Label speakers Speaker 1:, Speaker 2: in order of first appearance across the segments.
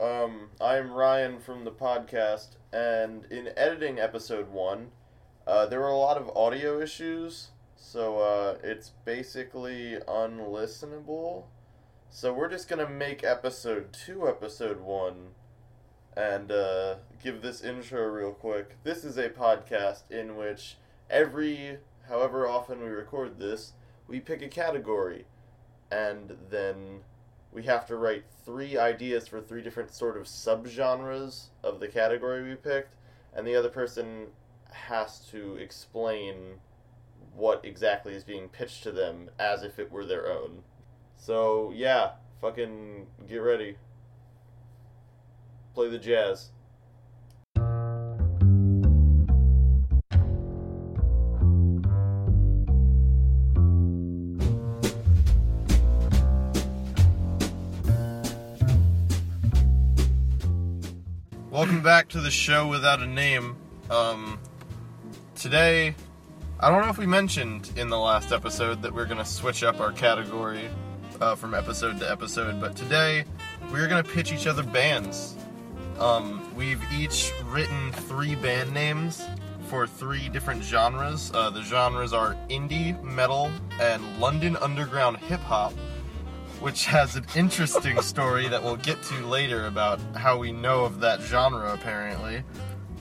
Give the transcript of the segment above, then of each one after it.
Speaker 1: Um, I'm Ryan from the podcast, and in editing episode one, uh, there were a lot of audio issues, so uh, it's basically unlistenable. So we're just gonna make episode two, episode one, and uh, give this intro real quick. This is a podcast in which every however often we record this, we pick a category, and then we have to write three ideas for three different sort of subgenres of the category we picked, and the other person has to explain what exactly is being pitched to them as if it were their own. So, yeah, fucking get ready. Play the jazz. Welcome back to the show without a name. Um, today, I don't know if we mentioned in the last episode that we're going to switch up our category uh, from episode to episode, but today we're going to pitch each other bands. Um, we've each written three band names for three different genres. Uh, the genres are indie, metal, and London underground hip hop which has an interesting story that we'll get to later about how we know of that genre, apparently.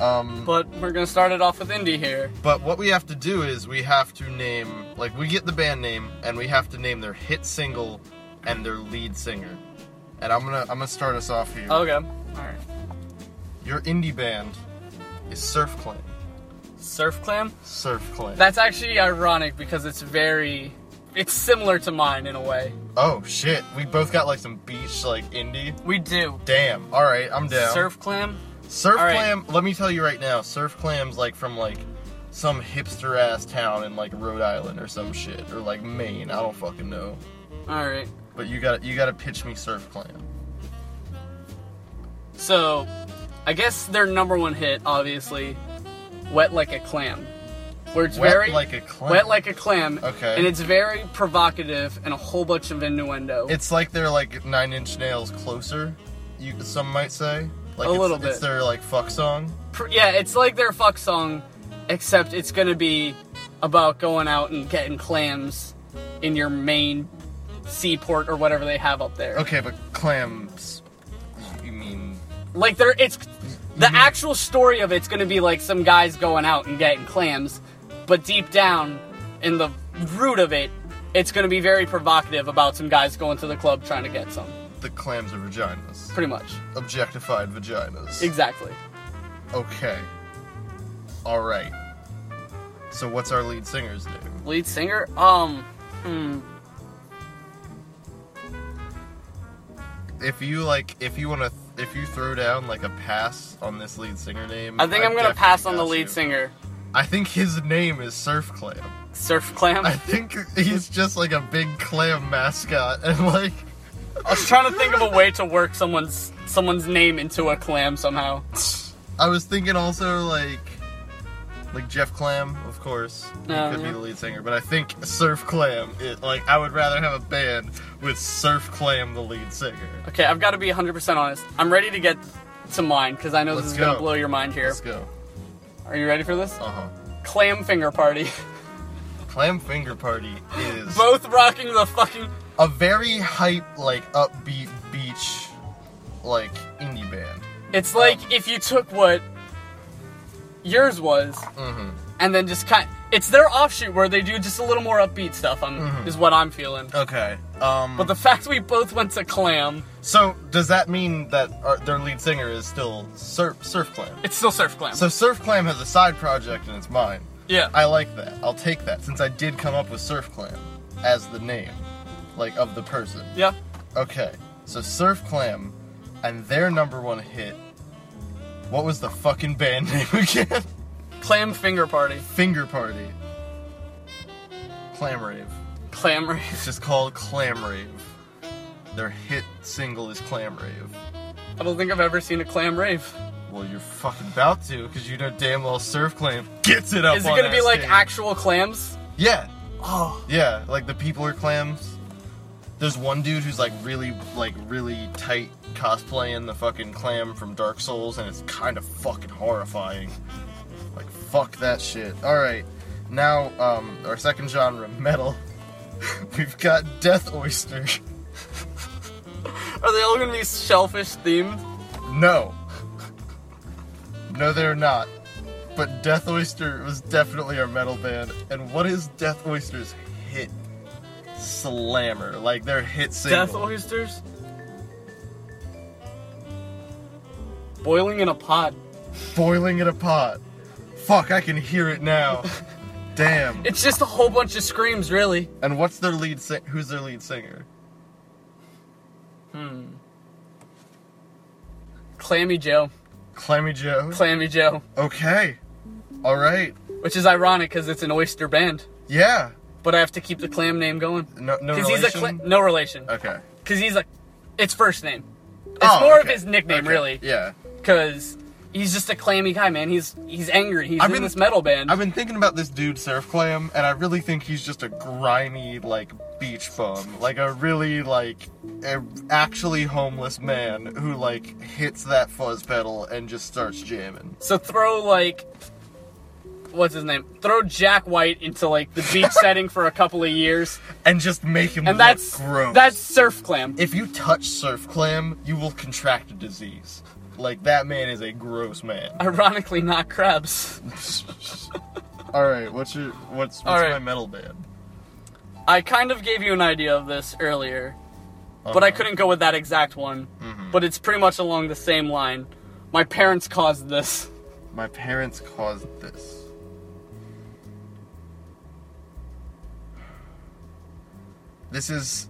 Speaker 1: Um,
Speaker 2: But we're gonna start it off with indie here.
Speaker 1: but what we have to do is we have to name, like, we get the band name and we have to name their hit single and their lead singer. And I'm gonna, I'm gonna start us off here.
Speaker 2: Okay. Alright.
Speaker 1: Your indie band is Surf Clan.
Speaker 2: Surf Clam?
Speaker 1: Surf Clan.
Speaker 2: That's actually ironic because it's very. It's similar to mine in a way.
Speaker 1: oh shit, we both got like some beach like indie.
Speaker 2: We do.
Speaker 1: Damn. All right, I'm down.
Speaker 2: Surf Clam?
Speaker 1: Surf
Speaker 2: All right.
Speaker 1: clam. Let me tell you right now, surf clams like from like some hipster ass town in like Rhode Island or some shit or like Maine. I don't fucking know.
Speaker 2: Alright.
Speaker 1: But you got to you got to pitch me surf clam.
Speaker 2: So, I guess their number one hit, obviously, Wet Like a Clam. Where it's
Speaker 1: Wet
Speaker 2: very.
Speaker 1: like a clam.
Speaker 2: Wet Like a Clam.
Speaker 1: Okay.
Speaker 2: And it's very provocative and a whole bunch of innuendo.
Speaker 1: It's like they're like Nine Inch Nails closer. You some might say. Like
Speaker 2: A
Speaker 1: it's,
Speaker 2: little
Speaker 1: It's
Speaker 2: bit.
Speaker 1: their like fuck song.
Speaker 2: Pr- yeah, it's like their fuck song, except it's gonna be about going out and getting clams in your main seaport or whatever they have up there.
Speaker 1: Okay, but clams. You mean?
Speaker 2: Like there, it's the
Speaker 1: Mm-hmm.
Speaker 2: actual story of it's gonna be like some guys going out and getting clams, but deep down in the root of it, it's gonna be very provocative about some guys going to the club trying to get some.
Speaker 1: The clams are vaginas.
Speaker 2: Pretty much,
Speaker 1: Objectified vaginas.
Speaker 2: exactly.
Speaker 1: Okay. All right. So what's our lead singer's name?
Speaker 2: Lead singer, um, hmm,
Speaker 1: If you like, if you want to, if you throw down like a pass on this lead singer name,
Speaker 2: I think I'm gonna
Speaker 1: definitely
Speaker 2: pass on the
Speaker 1: got
Speaker 2: lead
Speaker 1: you.
Speaker 2: singer,
Speaker 1: I think his name is Surf Clam.
Speaker 2: Surf Clam.
Speaker 1: I think he's just like a big clam mascot, and like,
Speaker 2: I was trying to think of a way to work someone's someone's name into a clam somehow.
Speaker 1: I was thinking also like, like Jeff Clam, of course, he
Speaker 2: Oh,
Speaker 1: could
Speaker 2: yeah.
Speaker 1: be the lead singer, but I think Surf Clam. It like I would rather have a band with Surf Clam the lead singer.
Speaker 2: Okay, I've got to be 100% honest. I'm ready to get to mine because I know
Speaker 1: Let's
Speaker 2: this is going
Speaker 1: go.
Speaker 2: to blow your mind here.
Speaker 1: Let's go.
Speaker 2: Are you ready for this?
Speaker 1: Uh huh.
Speaker 2: Clam finger party.
Speaker 1: Clam Finger Party is
Speaker 2: Both rocking the fucking
Speaker 1: a very hype, like upbeat beach, like indie band.
Speaker 2: It's like if you took what yours was
Speaker 1: Mhm.
Speaker 2: and then just kind It's their offshoot where they do just a little more upbeat stuff. I'm,
Speaker 1: Mm-hmm.
Speaker 2: is what I'm feeling.
Speaker 1: Okay. Um.
Speaker 2: But the fact we both went to clam,
Speaker 1: so does that mean that our, their lead singer is still Surf Surf Clam?
Speaker 2: it's still surf clam.
Speaker 1: So Surf Clam has a side project and it's mine.
Speaker 2: yeah.
Speaker 1: I like that. I'll take that since I did come up with Surf Clam as the name, like of the person.
Speaker 2: yeah.
Speaker 1: Okay. So Surf Clam, and their number one hit. What was the fucking band name again?
Speaker 2: Clam finger party.
Speaker 1: Finger Party. Clam Rave.
Speaker 2: Clam rave.
Speaker 1: It's just called Clam Rave. Their hit single is Clam Rave.
Speaker 2: I don't think I've ever seen a clam rave.
Speaker 1: Well, you're fucking about to, because you know damn well Surf Clam gets it up
Speaker 2: Is it
Speaker 1: on
Speaker 2: gonna
Speaker 1: that
Speaker 2: be like
Speaker 1: stage.
Speaker 2: actual clams?
Speaker 1: Yeah,
Speaker 2: Oh.
Speaker 1: yeah, like the people are clams. There's one dude who's like really, like really tight cosplaying the fucking clam from Dark Souls, and it's kind of fucking horrifying. Like fuck that shit. All right, now um, our second genre, metal. We've got Death Oyster.
Speaker 2: Are they all gonna be shellfish themed?
Speaker 1: No. No, they're not. But Death Oyster was definitely our metal band. And what is Death Oyster's hit? Slammer. Like their hit single.
Speaker 2: Death oysters? Boiling in a pot.
Speaker 1: Boiling in a pot. Fuck, I can hear it now. Damn.
Speaker 2: It's just a whole bunch of screams, really.
Speaker 1: And what's their lead sing- who's their lead singer?
Speaker 2: Hmm. Clammy Joe.
Speaker 1: Clammy Joe.
Speaker 2: Clammy Joe.
Speaker 1: okay. All right.
Speaker 2: Which is ironic because it's an oyster band.
Speaker 1: Yeah.
Speaker 2: But I have to keep the clam name going.
Speaker 1: No no
Speaker 2: Because
Speaker 1: relation.
Speaker 2: he's a cl- no relation.
Speaker 1: okay.
Speaker 2: Because he's a. It's first name. It's
Speaker 1: Oh,
Speaker 2: more of
Speaker 1: okay.
Speaker 2: his nickname,
Speaker 1: Okay.
Speaker 2: really.
Speaker 1: Yeah.
Speaker 2: Because he's just a clammy guy, man. He's he's angry. He's
Speaker 1: I've
Speaker 2: in
Speaker 1: been-
Speaker 2: this metal band.
Speaker 1: I've been thinking about this dude Surf Clam, and I really think he's just a grimy like beach bum, like a really like a actually homeless man who like hits that fuzz pedal and just starts jamming.
Speaker 2: So throw like what's his name? Throw Jack White into like the beach setting for a couple of years.
Speaker 1: And just make him
Speaker 2: And that's
Speaker 1: look gross.
Speaker 2: that's surf clam.
Speaker 1: if you touch Surf Clam, you will contract a disease. Like that man is a gross man.
Speaker 2: Ironically not crabs.
Speaker 1: All right, what's your what's, what's
Speaker 2: All right.
Speaker 1: my metal band?
Speaker 2: I kind of gave you an idea of this earlier, but
Speaker 1: Uh-huh.
Speaker 2: I
Speaker 1: Mm-hmm.
Speaker 2: couldn't go with that exact one. But it's pretty much along the same line. My parents caused this.
Speaker 1: My parents caused this. This is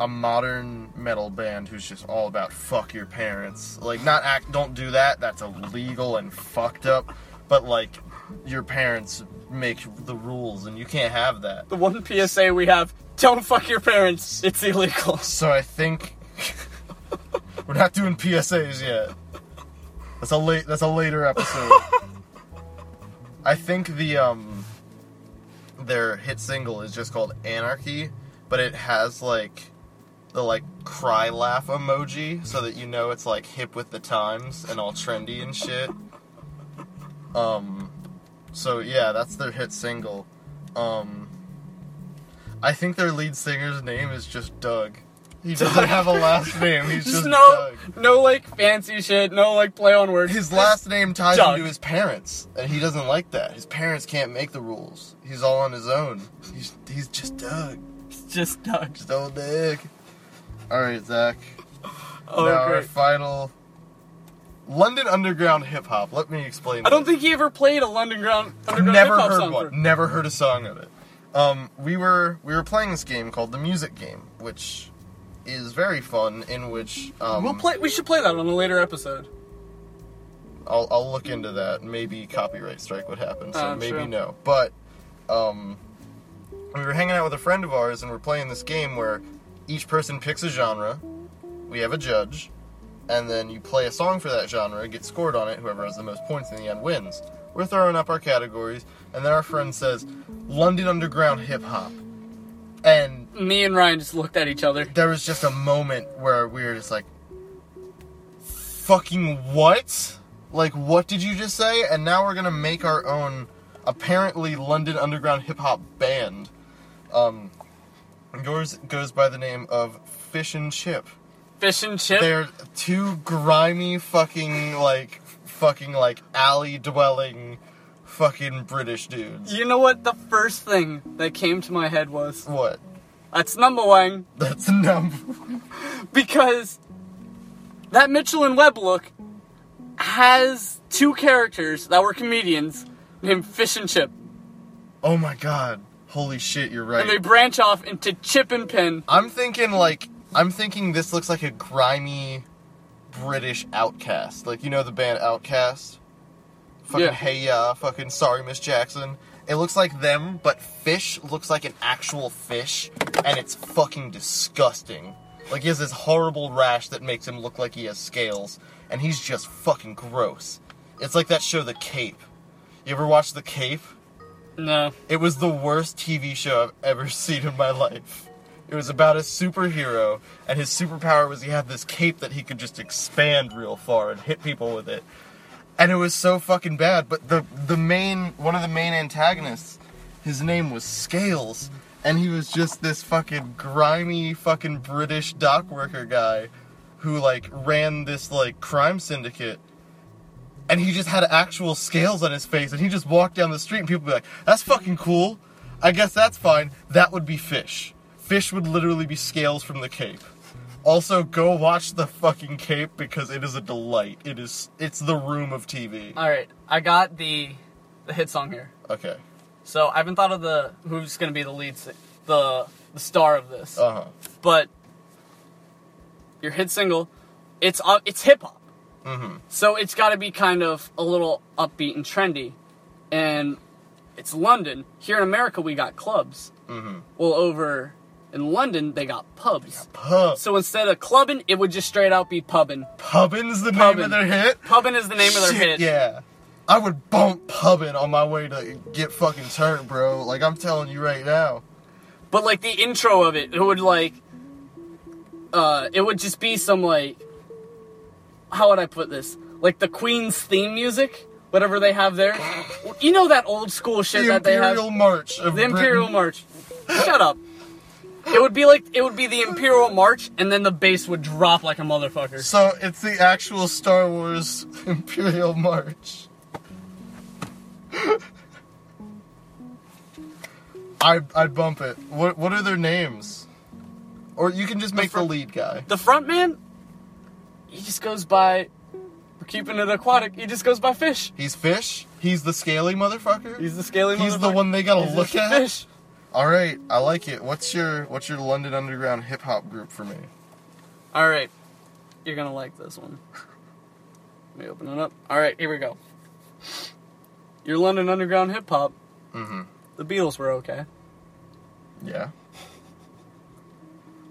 Speaker 1: a modern metal band who's just all about fuck your parents. Like, not act, don't do that. That's illegal and fucked up. But like, your parents make the rules, and you can't have that.
Speaker 2: The one PSA we have, don't fuck your parents. It's illegal.
Speaker 1: So I think we're not doing PSAs yet. That's a late. That's a later episode. I think the um their hit single is just called Anarchy, but it has like the like cry laugh emoji so that you know it's like hip with the times and all trendy and shit. Um so yeah, that's their hit single. Um I think their lead singer's name is just Doug. He doesn't have a last name. He's just,
Speaker 2: Just
Speaker 1: Doug.
Speaker 2: no no like fancy shit, no like play on words.
Speaker 1: His last name ties
Speaker 2: Doug.
Speaker 1: him to his parents, and he doesn't like that. His parents can't make the rules. He's all on his own. He's he's just Doug.
Speaker 2: It's just Doug.
Speaker 1: Just old Doug. All right, Zach.
Speaker 2: Oh
Speaker 1: now our
Speaker 2: great.
Speaker 1: final London Underground hip hop. Let me explain.
Speaker 2: I don't
Speaker 1: this.
Speaker 2: think he ever played a London Ground Underground
Speaker 1: never
Speaker 2: hip-hop
Speaker 1: heard
Speaker 2: song
Speaker 1: one.
Speaker 2: for-
Speaker 1: Never heard a song of it. Um, we were we were playing this game called the Music Game, which is very fun. In which um,
Speaker 2: We'll play. We should play that on a later episode.
Speaker 1: I'll, I'll look into that. Maybe copyright strike would happen, so
Speaker 2: Uh,
Speaker 1: maybe
Speaker 2: sure.
Speaker 1: no. But um, we were hanging out with a friend of ours, and we're playing this game where each person picks a genre, we have a judge, and then you play a song for that genre, get scored on it. Whoever has the most points in the end wins. We're throwing up our categories, and then our friend says, "London Underground hip hop," and
Speaker 2: Me and Ryan just looked at each other.
Speaker 1: there was just a moment where we were just like, fucking what? Like, what did you just say? And now we're gonna make our own, apparently London underground hip hop band. Um, yours goes by the name of Fish and Chip.
Speaker 2: Fish and chip.
Speaker 1: They're two grimy fucking like, fucking like alley dwelling, fucking British dudes.
Speaker 2: You know what? The first thing that came to my head was
Speaker 1: What?
Speaker 2: that's number one
Speaker 1: That's number.
Speaker 2: because that Mitchell and Webb look has two characters that were comedians named Fish and Chip,
Speaker 1: Oh my god! Holy shit! You're right.
Speaker 2: and they branch off into Chip and Pin.
Speaker 1: I'm thinking like I'm thinking this looks like a grimy British outcast. Like you know the band Outcast? Fucking
Speaker 2: Yeah.
Speaker 1: Hey Ya, fucking Sorry Miss Jackson. It looks like them, but fish looks like an actual fish, and it's fucking disgusting. Like he has this horrible rash that makes him look like he has scales, and he's just fucking gross. It's like that show The Cape. You ever watch The Cape?
Speaker 2: No,
Speaker 1: It was the worst TV show I've ever seen in my life. It was about a superhero, and his superpower was he had this cape that he could just expand real far and hit people with it. And it was so fucking bad. But the the main one of the main antagonists, his name was Scales, and he was just this fucking grimy fucking British dock worker guy who like ran this like crime syndicate and he just had actual scales on his face, and he just walked down the street, and people would be like, "That's fucking cool. I guess that's fine. That would be fish. Fish would literally be scales from the Cape." Also, go watch the fucking Cape because it is a delight. It is. It's the room of TV.
Speaker 2: All right, I got the the hit song here.
Speaker 1: Okay.
Speaker 2: So I haven't thought of the who's going to be the lead, si- the the star of this.
Speaker 1: Uh huh.
Speaker 2: but your hit single, it's uh, it's hip hop. So it's got to be kind of a little upbeat and trendy, and it's London. Here in America, we got clubs. Well, over in London, they got pubs.
Speaker 1: Pub.
Speaker 2: So instead of clubbing, it would just straight out be pubbing.
Speaker 1: Pubbin's the name
Speaker 2: Pubbin.
Speaker 1: of their hit.
Speaker 2: Pubbing is the name of their
Speaker 1: Shit,
Speaker 2: hit.
Speaker 1: Yeah. I would bump Pubbin on my way to get fucking turned, bro. Like I'm telling you right now.
Speaker 2: But like the intro of it, it would like, uh, it would just be some like, how would I put this? Like the Queen's theme music, whatever they have there. You know that old school shit
Speaker 1: The
Speaker 2: that they have.
Speaker 1: Imperial March of
Speaker 2: The Imperial
Speaker 1: Britain.
Speaker 2: March. Shut up. It would be like it would be the Imperial March, and then the bass would drop like a motherfucker.
Speaker 1: So it's the actual Star Wars Imperial March. I I'd bump it. What what are their names? Or you can just make the,
Speaker 2: fir-
Speaker 1: lead guy.
Speaker 2: The front man, he just goes by. We're keeping it aquatic. He just goes by fish.
Speaker 1: He's fish. He's the scaly motherfucker.
Speaker 2: He's the scaly.
Speaker 1: He's the
Speaker 2: motherfucker.
Speaker 1: one they gotta
Speaker 2: He's
Speaker 1: look
Speaker 2: just
Speaker 1: at.
Speaker 2: Fish.
Speaker 1: All right, I like it. What's your what's your London underground hip hop group for me?
Speaker 2: All right. You're going to like this one. Let me open it up. All right, here we go. Your London Underground hip hop.
Speaker 1: Mhm.
Speaker 2: The Beatles were okay.
Speaker 1: Yeah.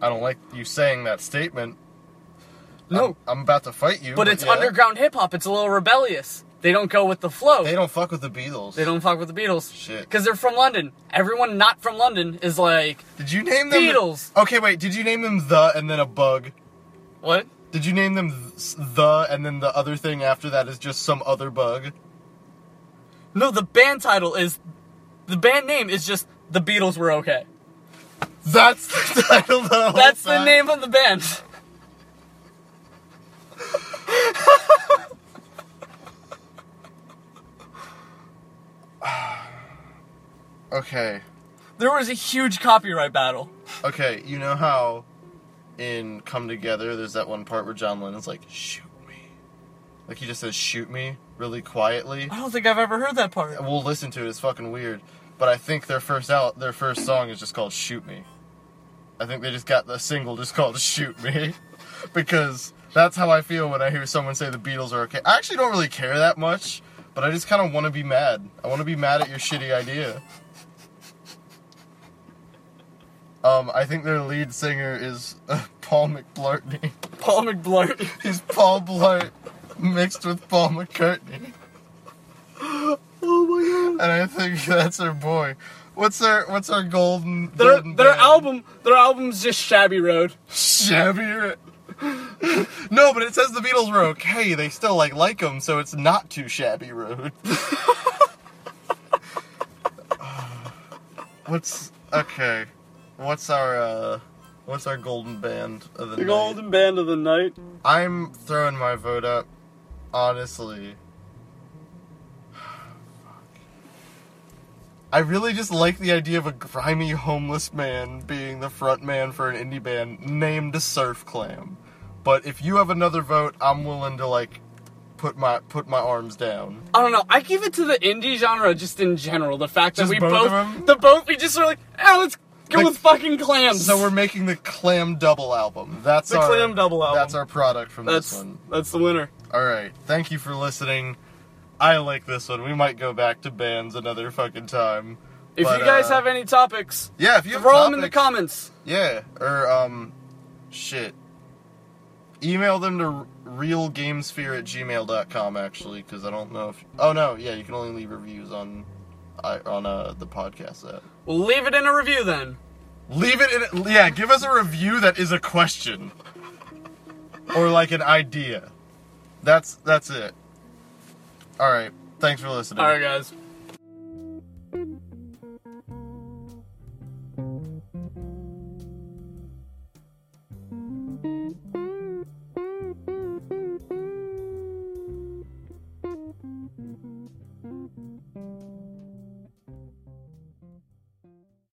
Speaker 1: I don't like you saying that statement.
Speaker 2: No.
Speaker 1: I'm, I'm about to fight you.
Speaker 2: Um, But it's
Speaker 1: yeah.
Speaker 2: underground hip hop. It's a little rebellious. They don't go with the flow.
Speaker 1: They don't fuck with the Beatles.
Speaker 2: They don't fuck with the Beatles.
Speaker 1: Shit.
Speaker 2: Because they're from London. Everyone not from London is like,
Speaker 1: Did you name them
Speaker 2: Beatles.
Speaker 1: Okay, wait. Did you name them the and then a bug?
Speaker 2: what?
Speaker 1: Did you name them th- the and then the other thing after that is just some other bug?
Speaker 2: No, the band title is, the band name is just, The Beatles Were Okay.
Speaker 1: That's the title. The whole
Speaker 2: That's the
Speaker 1: time.
Speaker 2: name of the band.
Speaker 1: Okay.
Speaker 2: There was a huge copyright battle.
Speaker 1: Okay. You know how in Come Together there's that one part where John Lennon's like, "Shoot me," like he just says, "Shoot me," really quietly.
Speaker 2: I don't think I've ever heard that part.
Speaker 1: We'll listen to it. It's fucking weird. But I think their first out, their first song is just called "Shoot Me." I think they just got the single just called "Shoot Me," because that's how I feel when I hear someone say the Beatles are okay. I actually don't really care that much, but I just kind of want to be mad. I want to be mad at your shitty idea. Um, I think their lead singer is uh, Paul McBlartney.
Speaker 2: Paul McBlart.
Speaker 1: He's Paul Blart mixed with Paul McCartney. Oh my god! And I think that's our boy. What's our what's our golden?
Speaker 2: Their,
Speaker 1: golden
Speaker 2: their
Speaker 1: band?
Speaker 2: album, their album's just Shabby Road.
Speaker 1: shabby. no, but it says the Beatles were okay. They still like like them, so it's not too shabby rude. what's okay? What's our uh? What's our golden band of the,
Speaker 2: The
Speaker 1: night?
Speaker 2: Golden Band of the Night.
Speaker 1: I'm throwing my vote up, honestly. I really just like the idea of a grimy homeless man being the front man for an indie band named Surf Clam. But if you have another vote, I'm willing to like put my put my arms down.
Speaker 2: I don't know. I give it to the indie genre just in general. The fact that
Speaker 1: Just
Speaker 2: we
Speaker 1: both
Speaker 2: both,
Speaker 1: of 'em?
Speaker 2: the both, we just were like, ah, let's go
Speaker 1: The-
Speaker 2: with fucking clams.
Speaker 1: So we're making the Clam Double album. That's
Speaker 2: The
Speaker 1: our
Speaker 2: Clam Double album.
Speaker 1: That's our product from this
Speaker 2: that's
Speaker 1: one.
Speaker 2: that's the winner.
Speaker 1: All right. Thank you for listening. I like this one. We might go back to bands another fucking time.
Speaker 2: If
Speaker 1: But,
Speaker 2: you guys
Speaker 1: uh,
Speaker 2: have any topics,
Speaker 1: yeah, if you have
Speaker 2: throw them in the
Speaker 1: topics-
Speaker 2: comments.
Speaker 1: yeah, or um, shit, email them to realgamesphere at gmail.com actually because I don't know if oh no yeah you can only leave reviews on I on uh the podcast app.
Speaker 2: We'll leave it in a review then.
Speaker 1: Leave it in. Yeah, give us a review that is a question, or like an idea. That's that's it. All right. Thanks for listening.
Speaker 2: All right, guys.